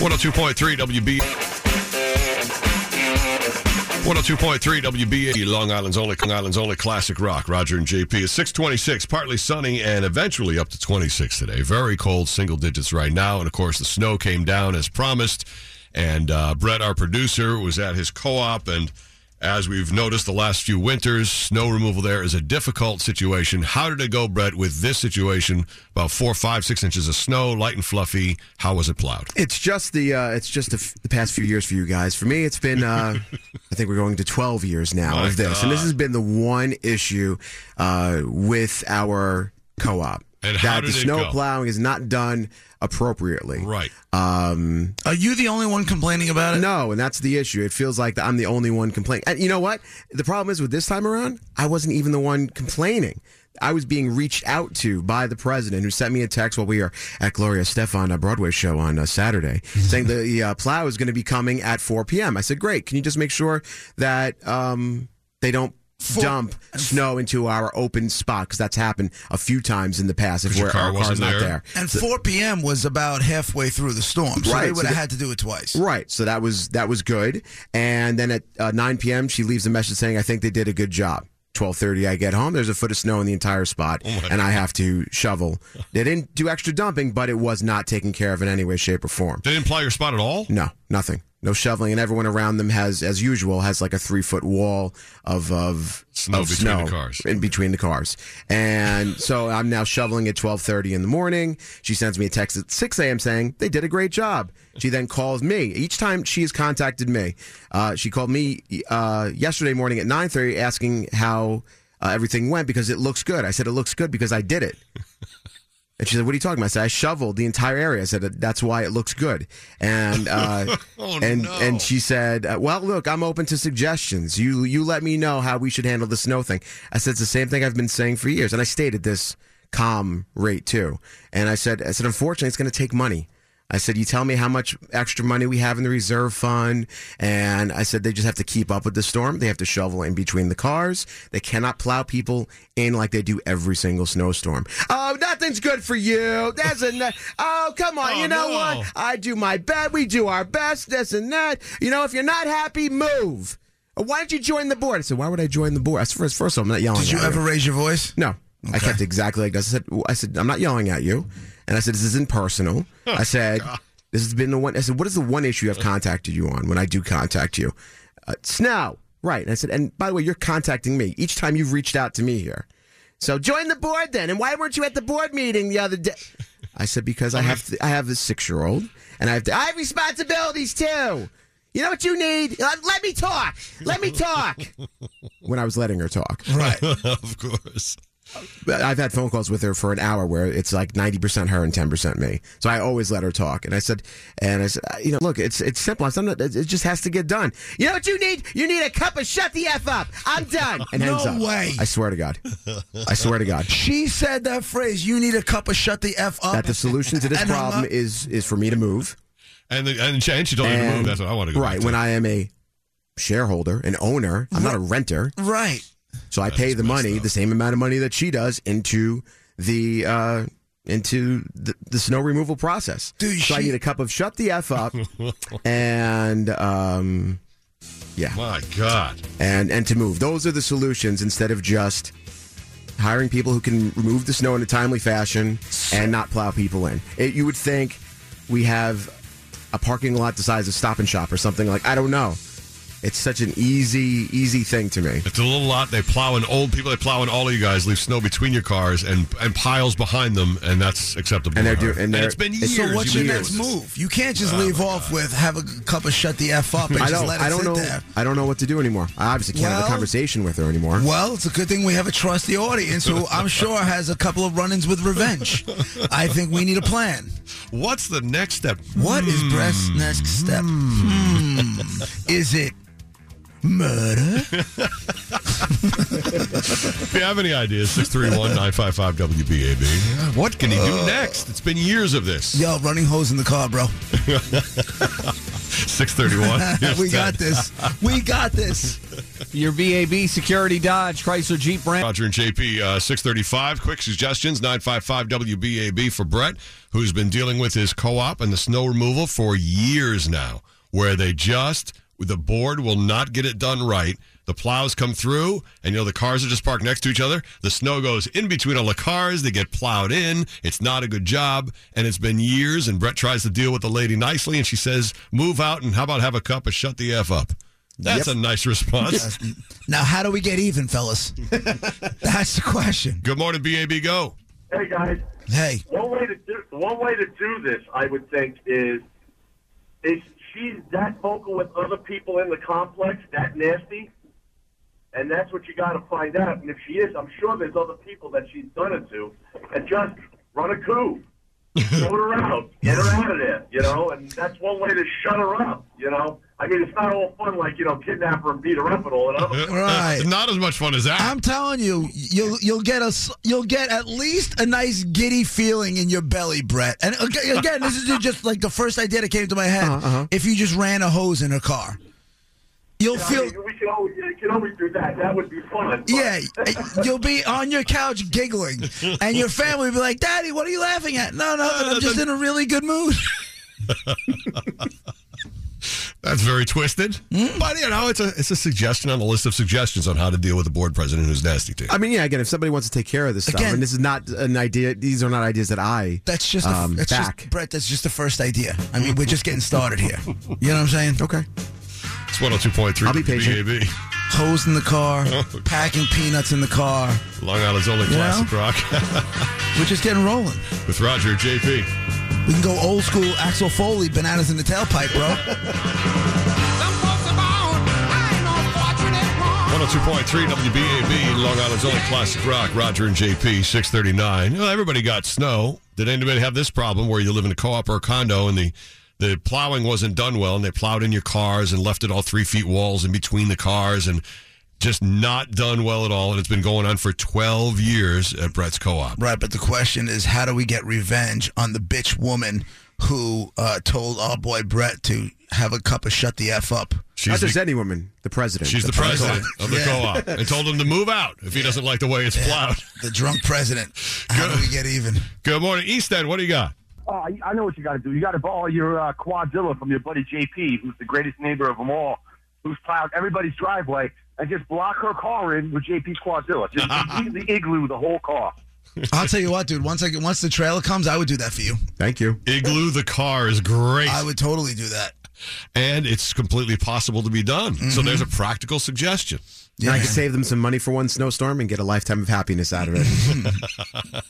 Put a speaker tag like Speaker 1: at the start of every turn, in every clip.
Speaker 1: 102.3 WB. 102.3 WBA, Long Island's only Long Island's only classic rock. Roger and JP is 626, partly sunny and eventually up to 26 today. Very cold, single digits right now, and of course the snow came down as promised. And uh, Brett, our producer, was at his co-op, and as we've noticed the last few winters, snow removal there is a difficult situation. How did it go, Brett, with this situation? About four, five, six inches of snow, light and fluffy. How was it plowed?
Speaker 2: It's just the uh, it's just the, f- the past few years for you guys. For me, it's been uh, I think we're going to twelve years now
Speaker 1: My
Speaker 2: of this, and this has been the one issue uh, with our co-op
Speaker 1: And
Speaker 2: that
Speaker 1: how
Speaker 2: the
Speaker 1: did it
Speaker 2: snow
Speaker 1: go?
Speaker 2: plowing is not done appropriately.
Speaker 1: Right.
Speaker 2: Um,
Speaker 3: Are you the only one complaining about it?
Speaker 2: no, and that's the issue. It feels like I'm the only one complaining. And you know what? The problem is with this time around, I wasn't even the one complaining. I was being reached out to by the president, who sent me a text while we are at Gloria Stefan a Broadway show on uh, Saturday, saying the uh, plow is going to be coming at 4 p.m. I said, "Great, can you just make sure that um, they don't." Dump snow into our open spot because that's happened a few times in the past. If
Speaker 1: your
Speaker 2: we're,
Speaker 1: car
Speaker 2: our car's
Speaker 1: wasn't
Speaker 2: not
Speaker 1: there.
Speaker 2: there,
Speaker 3: And 4 p.m. was about halfway through the storm, so
Speaker 2: Right,
Speaker 3: they
Speaker 2: so
Speaker 3: would have
Speaker 2: the-
Speaker 3: had to do it twice.
Speaker 2: Right. So that was that was good. And then at uh, 9 p.m. she leaves a message saying, "I think they did a good job." 12:30 I get home. There's a foot of snow in the entire spot, and I have to shovel. They didn't do extra dumping, but it was not taken care of in any way, shape, or form.
Speaker 1: Did it imply your spot at all?
Speaker 2: No, nothing. No shoveling, and everyone around them has, as usual, has like a three foot wall of of
Speaker 1: Snow
Speaker 2: of
Speaker 1: between
Speaker 2: snow
Speaker 1: the cars.
Speaker 2: in between the cars. And so I'm now shoveling at 12:30 in the morning. She sends me a text at 6 a.m. saying they did a great job. She then calls me. Each time she has contacted me, uh, she called me uh, yesterday morning at 9:30 asking how uh, everything went because it looks good. I said it looks good because I did it. And she said, "What are you talking about?" I said, "I shoveled the entire area." I said, "That's why it looks good." And uh,
Speaker 1: Oh,
Speaker 2: and
Speaker 1: no.
Speaker 2: and she said, uh, "Well, look, I'm open to suggestions. You you let me know how we should handle the snow thing." I said, "It's the same thing I've been saying for years," and I stated this calm rate too. And I said, "I said, unfortunately, it's going to take money." I said, "You tell me how much extra money we have in the reserve fund," and I said, "They just have to keep up with the storm. They have to shovel in between the cars. They cannot plow people in like they do every single snowstorm." Oh, nothing's good for you. That's a no- oh, come on.
Speaker 1: Oh,
Speaker 2: you know
Speaker 1: no.
Speaker 2: what? I do my best. We do our best, this and that. You know, if you're not happy, move. Why don't you join the board? I said, why would I join the board? I said, first, first of all, I'm not yelling
Speaker 3: Did you
Speaker 2: at
Speaker 3: ever raise your voice?
Speaker 2: No. I kept it exactly like this. I said, I said, I'm not yelling at you. And I said, this isn't personal. I said, this has been the one. I said, what is the one issue I've contacted you on when I do contact you? Uh, snow. Right. And I said, and by the way, you're contacting me each time you've reached out to me here. So join the board then. And why weren't you at the board meeting the other day? I said because I have to, I have a six year old and I have to, I have responsibilities too. You know what you need? Let, let me talk. Let me talk. when I was letting her talk,
Speaker 3: Right.
Speaker 1: of course.
Speaker 2: but I've had phone calls with her for an hour where it's like ninety percent her and ten percent me. So I always let her talk. And I said, and I said, you know, look, it's it's simple. It's not, it it just has to get done. You know what you need? You need a cup of shut the f up. I'm done. And
Speaker 3: No
Speaker 2: hangs up.
Speaker 3: way.
Speaker 2: I swear to God. I swear to God.
Speaker 3: She said that phrase, you need a cup of shut the F up.
Speaker 2: That the solution to this
Speaker 3: And hung
Speaker 2: problem
Speaker 3: up.
Speaker 2: is is for me to move.
Speaker 1: And, the, and, she, and she told me to move.
Speaker 2: And-
Speaker 1: That's what I want to go
Speaker 2: Right.
Speaker 1: back
Speaker 2: When
Speaker 1: to.
Speaker 2: I am a shareholder, an owner, I'm not a renter.
Speaker 3: right.
Speaker 2: So I pay
Speaker 1: is
Speaker 2: the
Speaker 1: messed
Speaker 2: money,
Speaker 1: up.
Speaker 2: the same amount of money that she does, into the uh, into the, the snow removal process.
Speaker 3: Dude,
Speaker 2: so I
Speaker 3: she-
Speaker 2: need a cup of shut the f up, and um, yeah,
Speaker 1: My God.
Speaker 2: and and to move. Those are the solutions instead of just hiring people who can remove the snow in a timely fashion and not plow people in. It, you would think we have a parking lot the size of Stop and Shop or something like I don't know. It's such an easy, easy thing to me.
Speaker 1: It's a little lot. They plow in old people. They plow in all of you guys. Leave snow between your cars and, and piles behind them, and that's acceptable.
Speaker 2: And they're
Speaker 1: to her.
Speaker 2: doing- and they're-
Speaker 1: it's been years.
Speaker 2: it's-
Speaker 3: So what's
Speaker 1: you've
Speaker 3: your
Speaker 1: been
Speaker 3: next
Speaker 1: doing this.
Speaker 3: move? You can't just leave off with have a cup of shut the F up and
Speaker 2: I
Speaker 3: just
Speaker 2: don't.
Speaker 3: let it
Speaker 2: I don't
Speaker 3: sit
Speaker 2: know.
Speaker 3: there.
Speaker 2: I don't know what to do anymore. I obviously can't have
Speaker 3: Well-
Speaker 2: a conversation with her anymore.
Speaker 3: Well, it's a good thing we have a trusty audience who I'm sure has a couple of run ins with revenge. I think we need a plan.
Speaker 1: What's the next step?
Speaker 3: What is Brett's next step? Hmm. Is it murder?
Speaker 1: If you have any ideas, 631 955 WBAB. What
Speaker 3: Uh,
Speaker 1: can he do next? It's been years of this.
Speaker 3: Yo, running hose in the car, bro.
Speaker 1: 631. Here's
Speaker 3: we
Speaker 1: Ted.
Speaker 3: got this. We got this.
Speaker 4: Your VAB Security Dodge Chrysler Jeep brand.
Speaker 1: Roger and JP, uh, 635. Quick suggestions 955 WBAB for Brett, who's been dealing with his co op and the snow removal for years now, where they just, the board will not get it done right. The plows come through, and you know, the cars are just parked next to each other. The snow goes in between all the cars. They get plowed in. It's not a good job, and it's been years. And Brett tries to deal with the lady nicely, and she says, Move out, and how about have a cup and shut the F up? That's a nice response.
Speaker 3: Now, how do we get even, fellas? That's the question.
Speaker 1: good morning, BAB Go.
Speaker 5: Hey guys,
Speaker 3: Hey,
Speaker 5: one way to do one way to do this, I would think, is is she's that vocal with other people in the complex, that nasty, and that's what you got to find out. And if she is, I'm sure there's other people that she's done it to, and just run a coup, throw her out, get her out of there, you know. And that's one way to shut her up, you know. I mean, it's not all fun like you know, kidnap her and beat her up and all that other
Speaker 3: Right.
Speaker 1: Not as much fun as that.
Speaker 3: I'm telling you, you'll you'll get a s- you'll get at least a nice giddy feeling in your belly, Brett. And aga- again, this is just like the first idea that came to my head. If you just ran a hose in her car, you'll
Speaker 5: I
Speaker 3: feel.
Speaker 5: mean, we can always, you can always do that. That would be fun. but-
Speaker 3: Yeah, you'll be on your couch giggling, and your family will be like, "Daddy, what are you laughing at?" No, no, I'm just in a really good mood.
Speaker 1: That's very twisted.
Speaker 2: Hmm?
Speaker 1: But you know, it's a it's a suggestion on the list of suggestions on how to deal with a board president who's nasty to you.
Speaker 2: I mean, yeah. Again, if somebody wants to take care of this stuff,
Speaker 3: Again-
Speaker 2: and this is not an idea. These are not ideas that I.
Speaker 3: That's just a,
Speaker 2: um,
Speaker 3: that's
Speaker 2: back.
Speaker 3: just Brett. That's just the first idea. I mean, we're just getting started here. You know what I'm saying?
Speaker 2: okay.
Speaker 1: It's one hundred two point three.
Speaker 2: I'll be patient.
Speaker 3: Hose in the car,
Speaker 1: Oh,
Speaker 3: packing peanuts in the car.
Speaker 1: Long Island's only classic rock
Speaker 3: We're just getting rolling.
Speaker 1: with Roger JP.
Speaker 3: We can go old school Axel Foley, bananas in the tailpipe, bro.
Speaker 1: One hundred two point three WBAB. Long Island's only classic rock. Roger and JP six thirty nine. Well, everybody got snow. Did anybody have this problem where you live in a co op or a condo and the the plowing wasn't done well and they plowed in your cars and left it all three feet walls in between the cars and just not done well at all and it's been going on for twelve years at Brett's co op.
Speaker 3: right, but the question is, how do we get revenge on the bitch woman who uh, told our boy Brett to have a cup of shut the f up?
Speaker 1: She's
Speaker 2: Not
Speaker 1: the-
Speaker 2: just any woman. The president.
Speaker 1: She's the, president of the
Speaker 3: Yeah.
Speaker 1: co-op and told him to move out if he doesn't like the way it's plowed.
Speaker 3: The drunk president. How do we get even?
Speaker 1: Good morning, East End. What do you got?
Speaker 5: Oh, I- I know what you got to do. You got to borrow your uh, quadzilla from your buddy JP, who's the greatest neighbor of them all, who's plowed everybody's driveway, and just block her car in with JP's quadzilla. Just completely igloo the whole car.
Speaker 3: I'll tell you what, dude. Once I get, once the trailer comes, I would do that for you.
Speaker 2: Thank you.
Speaker 1: Igloo the car is great,
Speaker 3: I would totally do that.
Speaker 1: and it's completely possible to be done.
Speaker 3: Mm-hmm.
Speaker 1: So there's a practical suggestion.
Speaker 2: And I could save them some money for one snowstorm and get a lifetime of happiness out of it.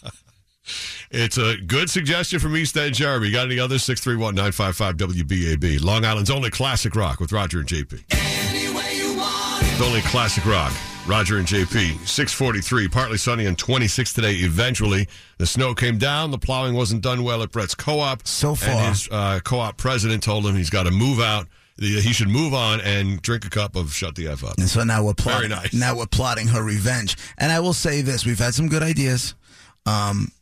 Speaker 1: It's a good suggestion from East End Jeremy. You got any others? 631-955-WBAB. Long Island's only classic rock with Roger and JP. It's only classic rock. Roger and JP. 643, partly sunny and 26 today eventually. The snow came down. The plowing wasn't done well at Brett's co-op.
Speaker 3: So
Speaker 1: And
Speaker 3: far.
Speaker 1: his uh, co-op president told him he's got to move out. He he should move on and drink a cup of Shut the F Up.
Speaker 3: And so now we're plotting.
Speaker 1: Very nice.
Speaker 3: Now we're plotting her revenge. And I will say this: we've had some good ideas. Um,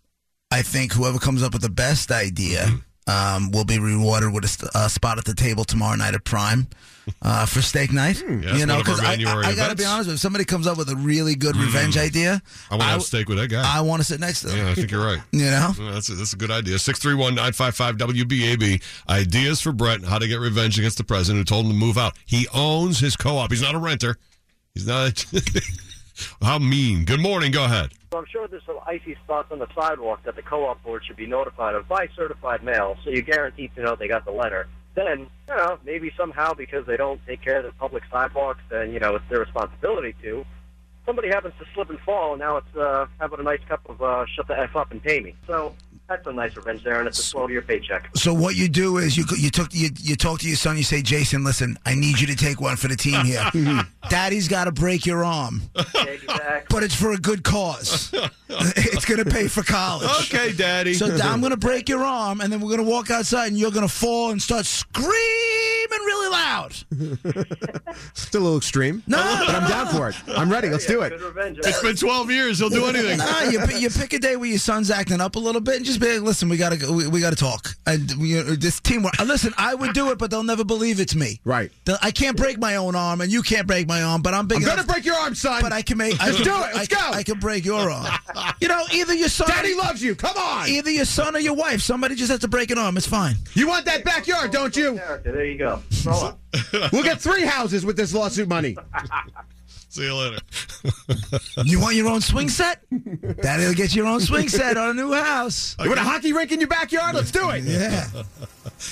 Speaker 3: I think whoever comes up with the best idea
Speaker 1: Mm-hmm.
Speaker 3: um, will be rewarded with a, st- a spot at the table tomorrow night at Prime uh, for steak night.
Speaker 1: yes,
Speaker 3: you know,
Speaker 1: Mm, one of our
Speaker 3: I,
Speaker 1: January
Speaker 3: I, I gotta be
Speaker 1: events. Mm.
Speaker 3: honest with you, if somebody comes up with a really good revenge idea,
Speaker 1: I want to
Speaker 3: I
Speaker 1: have
Speaker 3: w-
Speaker 1: steak with that guy.
Speaker 3: I want to sit next to them.
Speaker 1: yeah, I think you're right.
Speaker 3: You know,
Speaker 1: Well, That's a, that's a good idea. 631 955 WBAB. Ideas for Brett how to get revenge against the president who told him to move out. He owns his co op. He's not a renter. He's not. how mean. Good morning. Go ahead.
Speaker 6: So I'm sure there's some icy spots on the sidewalk that the co-op board should be notified of by certified mail, so you're guaranteed to know they got the letter. Then, you know, maybe somehow because they don't take care of the public sidewalks, and you know it's their responsibility to. Somebody happens to slip and fall, and now it's uh, having a nice cup of uh, shut the f up and pay me. So that's a nice revenge there, and it's a slow to your paycheck.
Speaker 3: so what you do is you you took you, you talk to your son. You say, Jason, listen, I need you to take one for the team here. Daddy's got to break your arm.
Speaker 6: Exactly.
Speaker 3: but it's for a good cause. it's going to pay for college.
Speaker 1: Okay, Daddy.
Speaker 3: So I'm going to break your arm, and then we're going to walk outside, and you're going to fall and start screaming screaming really loud.
Speaker 2: It's a little extreme.
Speaker 3: No,
Speaker 2: but I'm down for it. I'm ready. Let's do it.
Speaker 6: Good revenge.
Speaker 1: It's been 12 years. He'll do anything.
Speaker 3: Nah, you, pi- you pick a day where your son's acting up a little bit and just be like, listen, we gotta go, we, we gotta talk. And we, uh, this teamwork. uh, Listen, I would do it, but they'll never believe it's me.
Speaker 2: Right.
Speaker 3: The- I can't break my own arm, and you can't break my arm, but I'm big
Speaker 2: I'm
Speaker 3: enough.
Speaker 2: gonna break your arm, son.
Speaker 3: but I can make. I
Speaker 2: Let's
Speaker 3: can,
Speaker 2: do it. Let's
Speaker 3: I,
Speaker 2: go.
Speaker 3: I can break your arm. You know, either your son,
Speaker 2: Daddy loves you. Come on.
Speaker 3: either your son or your wife. Somebody just has to break an arm. It's fine.
Speaker 2: You want that backyard, don't you?
Speaker 6: Character. There you go. Grow up.
Speaker 2: We'll get three houses with this lawsuit money.
Speaker 1: See you later.
Speaker 3: You want your own swing set? Daddy'll get your own swing set on a new house.
Speaker 2: You want a hockey rink in your backyard? Let's do it.
Speaker 3: Yeah.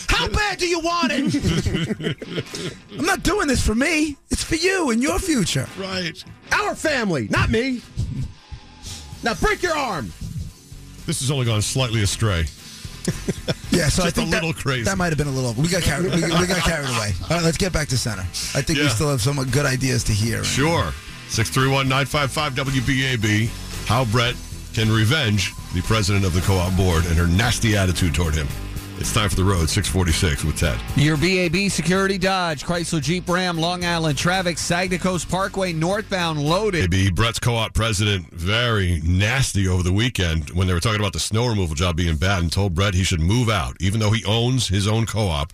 Speaker 3: How bad do you want it? I'm not doing this for me. It's for you and your future.
Speaker 1: Right.
Speaker 2: Our family, not me. Now break your arm.
Speaker 1: This has only gone slightly astray.
Speaker 3: Yeah, so
Speaker 1: Just a little
Speaker 3: that,
Speaker 1: crazy.
Speaker 3: That might have been a little. We got carried. We, we got carried away. All right, let's get back to center. I think we
Speaker 1: Yeah.
Speaker 3: still have some good ideas to hear.
Speaker 1: Sure. 631 955 WBAB. How Brett can revenge the president of the co op board and her nasty attitude toward him. It's time for the road, 646 with Ted.
Speaker 4: Your BAB Security Dodge, Chrysler Jeep Ram, Long Island traffic, Saginaw Coast Parkway northbound loaded.
Speaker 1: Maybe Brett's co op president, very nasty over the weekend when they were talking about the snow removal job being bad and told Brett he should move out, even though he owns his own co op.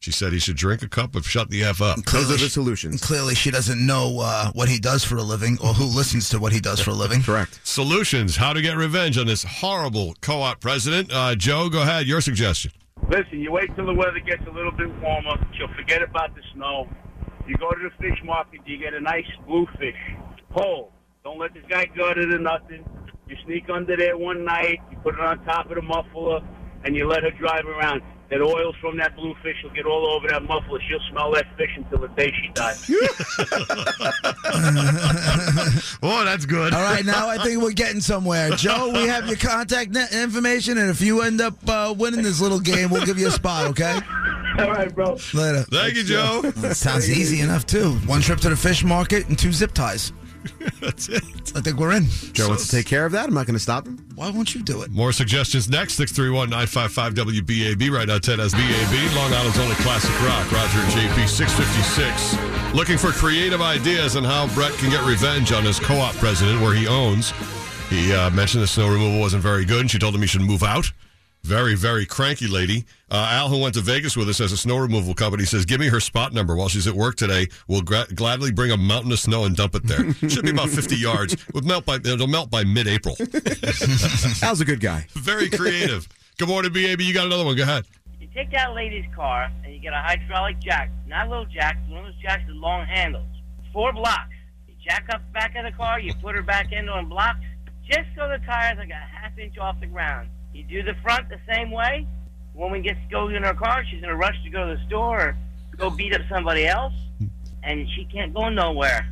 Speaker 1: She said he should drink a cup of shut the F up.
Speaker 2: Those are the solutions.
Speaker 3: Clearly, she doesn't know uh, what he does for a living or who listens to what he does for a living.
Speaker 2: Correct.
Speaker 1: Solutions How to get revenge on this horrible co op president. Uh, Joe, go ahead. Your suggestion.
Speaker 5: Listen, you wait till the weather gets a little bit warmer. You'll forget about the snow. You go to the fish market, you get a nice blue fish. Whole. Don't let this guy gut it or nothing. You sneak under there one night, you put it on top of the muffler, and you let her drive around. That oil from that blue fish will get all over that muffler. She'll smell that fish until the day she dies.
Speaker 1: Oh, that's good.
Speaker 3: All right, now I think we're getting somewhere. Joe, we have your contact net information, and if you end up uh, winning this little game, we'll give you a spot. Okay.
Speaker 5: all right, bro.
Speaker 3: Later.
Speaker 1: Thank you, Joe.
Speaker 3: That sounds easy enough too. One trip to the fish market and two zip ties.
Speaker 1: That's it.
Speaker 3: I think we're in.
Speaker 2: Joe wants to take care of that. I'm not going to stop him.
Speaker 3: Why won't you do it?
Speaker 1: More suggestions next 631 955 WBAB. Right now, Ted has BAB, Long Island's only classic rock. Roger and JP 656. Looking for creative ideas on how Brett can get revenge on his co op president, where he owns. He uh, mentioned the snow removal wasn't very good, and she told him he should move out. Very, very cranky lady. Uh, Al, who went to Vegas with us as a snow removal company, says, Give me her spot number while she's at work today. We'll gra- gladly bring a mountain of snow and dump it there. Should be about 50 yards. Would melt by, it'll melt by mid April.
Speaker 2: Al's a good guy.
Speaker 1: Very creative. Good morning, BAB. You got another one. Go ahead.
Speaker 7: You take that lady's car and you get a hydraulic jack, not a little jack, one of those jacks with long handles. Four blocks. You jack up the back of the car, you put her back into on blocks. Just so the tires like a half inch off the ground. You do the front the same way. Woman gets goes in her car, she's in a rush to go to the store or go beat up somebody else, and she can't go nowhere.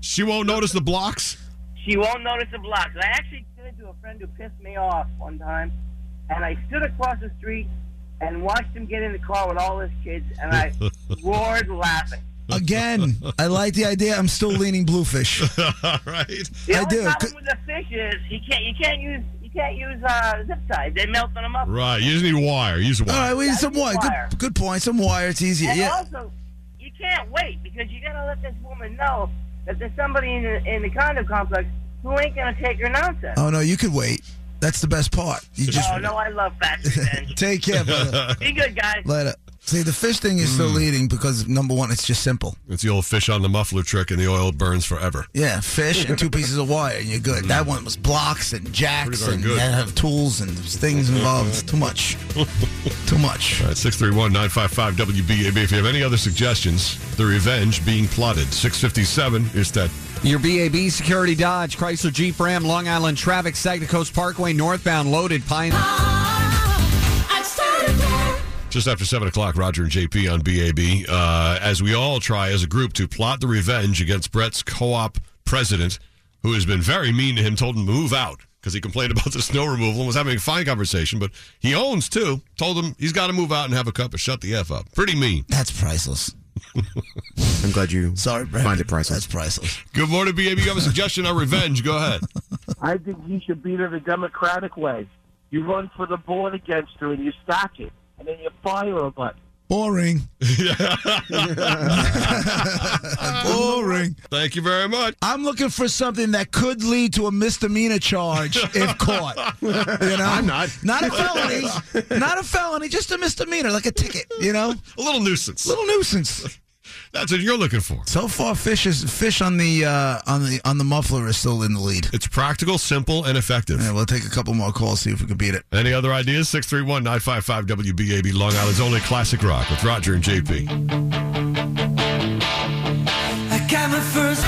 Speaker 1: She won't notice the blocks.
Speaker 7: She won't notice the blocks. I actually did it to a friend who pissed me off one time, and I stood across the street and watched him get in the car with all his kids, and I roared laughing.
Speaker 3: Again, I like the idea. I'm still leaning bluefish.
Speaker 1: All right.
Speaker 7: The
Speaker 3: I
Speaker 7: only
Speaker 3: do.
Speaker 7: problem
Speaker 3: C-
Speaker 7: with the fish is he can't you can't use you can't use uh, zip ties. They melt on them up.
Speaker 1: Right. You just need wire. Use
Speaker 3: All
Speaker 1: wire.
Speaker 3: right, we need some wire.
Speaker 7: wire.
Speaker 3: Good, good point. Some wire. It's easier.
Speaker 7: And
Speaker 3: Yeah.
Speaker 7: also, you can't wait because you gotta let this woman know that there's somebody in the, in the condo complex who ain't gonna take your nonsense.
Speaker 3: Oh no, you could wait. That's the best part. You just
Speaker 7: oh no, I love fat revenge.
Speaker 3: take care, brother.
Speaker 7: Be good, guys.
Speaker 3: Later. See, the fish thing is
Speaker 1: Hmm.
Speaker 3: still leading because number one, it's just simple.
Speaker 1: It's the old fish on the muffler trick, and the oil burns forever.
Speaker 3: Yeah, fish and two pieces of wire, and you're good. That one was blocks and
Speaker 1: Pretty
Speaker 3: jacks,
Speaker 1: darn
Speaker 3: and
Speaker 1: good.
Speaker 3: that have tools and there's things involved. Too much. Too much.
Speaker 1: All right. 631 955 WBAB. If you have any other suggestions, the revenge being plotted. 657 is that.
Speaker 4: Your BAB Security Dodge, Chrysler Jeep Ram, Long Island traffic, Saginaw Coast Parkway northbound loaded. Pine.
Speaker 1: Just after 7 o'clock, Roger and JP on BAB. Uh, as we all try as a group to plot the revenge against Brett's co op president, who has been very mean to him, told him to move out because he complained about the snow removal and was having a fine conversation. But he owns too, told him he's got to move out and have a cup of shut the F up. Pretty mean.
Speaker 3: That's priceless.
Speaker 2: I'm glad you
Speaker 3: Sorry, Brad.
Speaker 2: find it priceless.
Speaker 3: That's priceless.
Speaker 1: Good morning, BAB. You have a suggestion on revenge. Go ahead.
Speaker 5: I think he should beat her the democratic way. You run for the board against her and you sack it, and then you fire her. But
Speaker 3: Boring. Boring.
Speaker 1: Thank you very much.
Speaker 3: I'm looking for something that could lead to a misdemeanor charge if caught. You know, I'm
Speaker 2: not.
Speaker 3: Not a felony. Not a felony. Just a misdemeanor, like a ticket. You know,
Speaker 1: A little nuisance.
Speaker 3: little nuisance.
Speaker 1: That's what you're looking for.
Speaker 3: So far, fish is fish on the uh, on the on the muffler is still in the lead.
Speaker 1: It's practical, simple, and effective.
Speaker 3: Yeah, we'll take a couple more calls, see if we can beat it.
Speaker 1: Any other ideas? 631 955 WBAB, Long Island's only classic rock with Roger and JP.
Speaker 8: I got my first.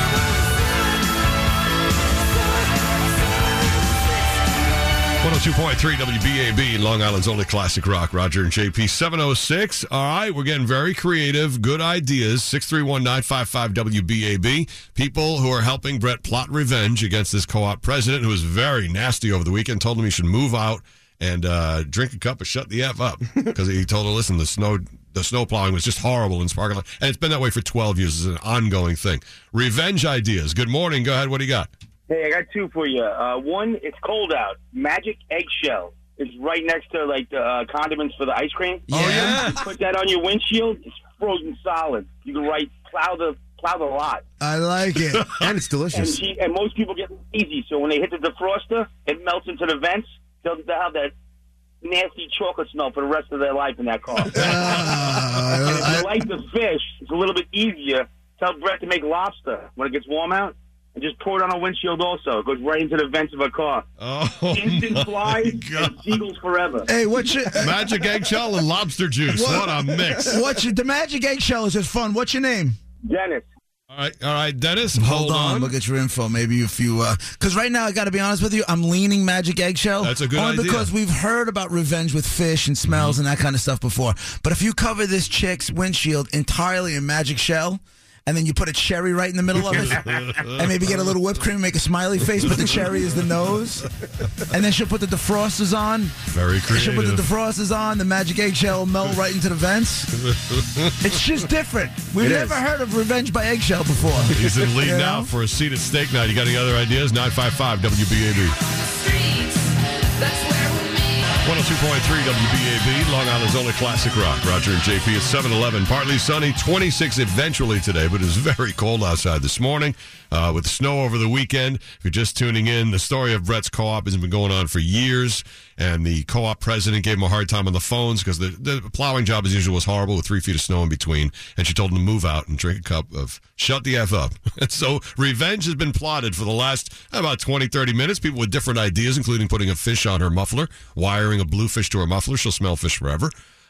Speaker 1: One hundred two point three WBAB, Long Island's only classic rock. Roger and JP, seven oh six. All right, we're getting very creative. Good ideas. Six three one nine five five WBAB. People who are helping Brett plot revenge against this co-op president, who was very nasty over the weekend, told him he should move out and uh, drink a cup and shut the f up because he told her, "Listen, the snow." The snow plowing was just horrible in Sparkle, and it's been that way for 12 years. It's an ongoing thing. Revenge ideas. Good morning. Go ahead. What do you got?
Speaker 6: Hey, I got two for you. Uh, one, it's cold out. Magic eggshell. It's right next to like the uh, condiments for the ice cream.
Speaker 1: yeah.
Speaker 6: Put that on your windshield. It's frozen solid. You can right plow the plow the lot.
Speaker 3: I like it.
Speaker 2: and it's
Speaker 6: And
Speaker 2: delicious.
Speaker 6: she, and most people get lazy, so when they hit the defroster, it melts into the vents. They'll, they'll have that nasty chocolate smell for the rest of their life in that car. and if you like the fish, it's a little bit easier. Tell Brett to make lobster when it gets warm out, and just pour it on a windshield. Also, it goes right into the vents of a car.
Speaker 1: Oh,
Speaker 6: Instant flies and seagulls forever.
Speaker 3: hey, what's your
Speaker 1: Magic eggshell and lobster juice. What, a mix.
Speaker 3: what's your the magic eggshell is just fun. What's your name?
Speaker 6: Dennis,
Speaker 1: All right, all right, Dennis, hold, on.
Speaker 3: Look at your info. Maybe if you, because right now I got to be honest with you, I'm leaning Magic Eggshell.
Speaker 1: That's a good
Speaker 3: only
Speaker 1: idea. Mm-hmm.
Speaker 3: because we've heard about revenge with fish and smells and that kind of stuff before. But if you cover this chick's windshield entirely in Magic Shell. And then you put a cherry right in the middle of it, and maybe get a little whipped cream, make a smiley face, but the cherry is the nose. And then she'll put the defrosters on.
Speaker 1: Very
Speaker 3: She'll put the
Speaker 1: creative.
Speaker 3: defrosters on. The magic eggshell will melt right into the vents. It's just different. We've
Speaker 2: It
Speaker 3: never
Speaker 2: is.
Speaker 3: heard of revenge by eggshell before.
Speaker 1: He's in lead
Speaker 3: You
Speaker 1: now
Speaker 3: know?
Speaker 1: for a seat at steak night. You got any other ideas? 955 WBAB. 102.3 WBAB, Long Island's only classic rock. Roger and JP is 711. Partly sunny, 26 eventually today, but it's very cold outside this morning uh, with snow over the weekend. If you're just tuning in, the story of Brett's co op has been going on for years, and the co op president gave him a hard time on the phones because the, the plowing job, as usual, was horrible with three feet of snow in between. And she told him to move out and drink a cup of shut the F up. And so revenge has been plotted for the last about 20, 30 minutes. People with different ideas, including putting a fish on her muffler, wiring a bluefish to her muffler. She'll smell fish forever.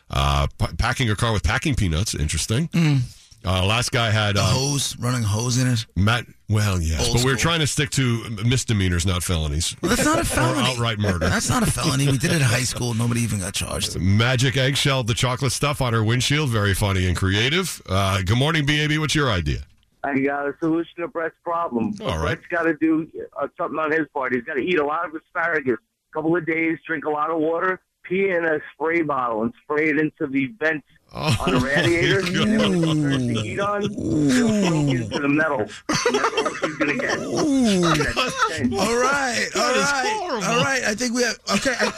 Speaker 1: Uh, pa- packing her car with packing peanuts. Interesting.
Speaker 3: Mm.
Speaker 1: Uh, last guy had uh,
Speaker 3: hose, running hose in it.
Speaker 1: Matt. Well, yes,
Speaker 3: Old
Speaker 1: but we're
Speaker 3: school.
Speaker 1: trying to stick to misdemeanors, not felonies.
Speaker 3: Well, that's not a
Speaker 1: Or
Speaker 3: felony.
Speaker 1: outright murder.
Speaker 3: That's not a felony. We did it in high school. Nobody even got charged.
Speaker 1: Magic eggshell, the chocolate stuff on her windshield. Very funny and creative. Uh, good morning, BAB. What's your idea?
Speaker 6: I got a solution to Brett's problem.
Speaker 1: All right.
Speaker 6: Brett's got to do uh, something on his part. He's got to eat a lot of asparagus, a couple of days, drink a lot of water, pee in a spray bottle, and spray it into the vents
Speaker 1: Oh,
Speaker 6: on the radiator.
Speaker 1: my
Speaker 6: and
Speaker 1: God.
Speaker 6: when it turns the heat on, it'll soak into the metal. And that's all he's going to get. That's ten.
Speaker 3: All right, all
Speaker 1: is
Speaker 3: right,
Speaker 1: horrible.
Speaker 3: all right. I think we have. Okay, I,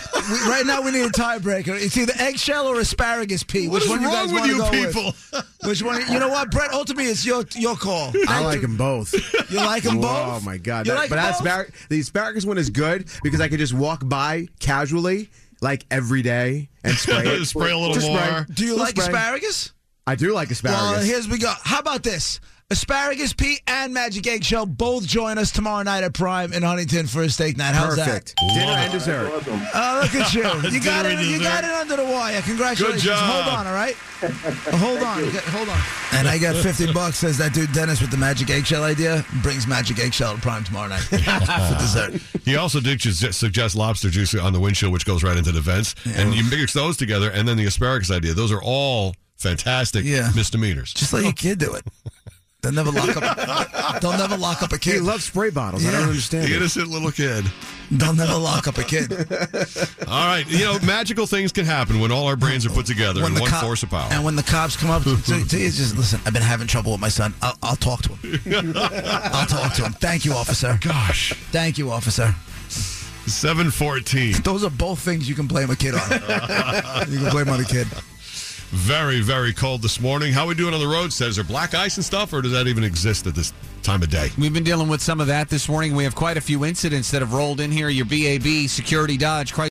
Speaker 3: we, right now we need a tiebreaker. It's either eggshell or asparagus pea.
Speaker 1: What
Speaker 3: Which
Speaker 1: is
Speaker 3: one you
Speaker 1: wrong
Speaker 3: guys
Speaker 1: with
Speaker 3: wanna
Speaker 1: you
Speaker 3: go
Speaker 1: people?
Speaker 3: Which one? You know what, Brett? Ultimately, it's your your call.
Speaker 2: I like them both.
Speaker 3: You like them both?
Speaker 2: Oh my god!
Speaker 3: You
Speaker 2: That-
Speaker 3: like
Speaker 2: but
Speaker 3: 'em
Speaker 2: that
Speaker 3: both?
Speaker 2: aspar- the asparagus one is good because I could just walk by casually, like every day, and spray it.
Speaker 1: Spray a little
Speaker 2: Just
Speaker 1: more.
Speaker 3: Do you
Speaker 2: Just
Speaker 3: like
Speaker 2: spray.
Speaker 3: asparagus?
Speaker 2: I do like asparagus.
Speaker 3: Well, here's we go. How about this? Asparagus Pete and Magic Eggshell both join us tomorrow night at Prime in Huntington for a steak night. How's
Speaker 2: Perfect. Dinner and dessert.
Speaker 3: that? Oh, look at you. You got
Speaker 1: Dinner
Speaker 3: it.
Speaker 1: and
Speaker 3: You got it
Speaker 1: dessert.
Speaker 3: under the wire. Congratulations.
Speaker 1: Good job.
Speaker 3: Hold on, all right? Hold on. Get- Hold on. And I got 50 bucks, says that dude Dennis with the Magic Eggshell idea. Brings Magic Eggshell to Prime tomorrow night for dessert.
Speaker 1: He also did ju- suggest lobster juice on the windshield, which goes right into the vents. And you mix those together, and then the asparagus idea. Those are all fantastic
Speaker 3: Yeah.
Speaker 1: misdemeanors.
Speaker 3: Just let your kid do it. They'll never lock up. They'll never lock up a
Speaker 2: He
Speaker 3: kid.
Speaker 2: loves spray bottles. I
Speaker 3: Yeah.
Speaker 2: don't understand.
Speaker 1: the
Speaker 2: it.
Speaker 1: innocent little kid.
Speaker 3: They'll never lock up a kid.
Speaker 1: All right, you know, magical things can happen when all our brains are put together in
Speaker 3: the
Speaker 1: one
Speaker 3: cop-
Speaker 1: force of power.
Speaker 3: And when the cops come up to, to, to you, just listen. I've been having trouble with my son. I'll, I'll talk to him. I'll talk to him. Thank you, officer.
Speaker 1: Gosh,
Speaker 3: Thank you, officer.
Speaker 1: seven fourteen.
Speaker 3: Those are both things you can blame a kid on. you can blame on a kid.
Speaker 1: Very, very cold this morning. How we doing on the road? Says there black ice and stuff, or does that even exist at this time of day?
Speaker 4: We've been dealing with some of that this morning. We have quite a few incidents that have rolled in here. Your BAB, Security Dodge, Chrysler.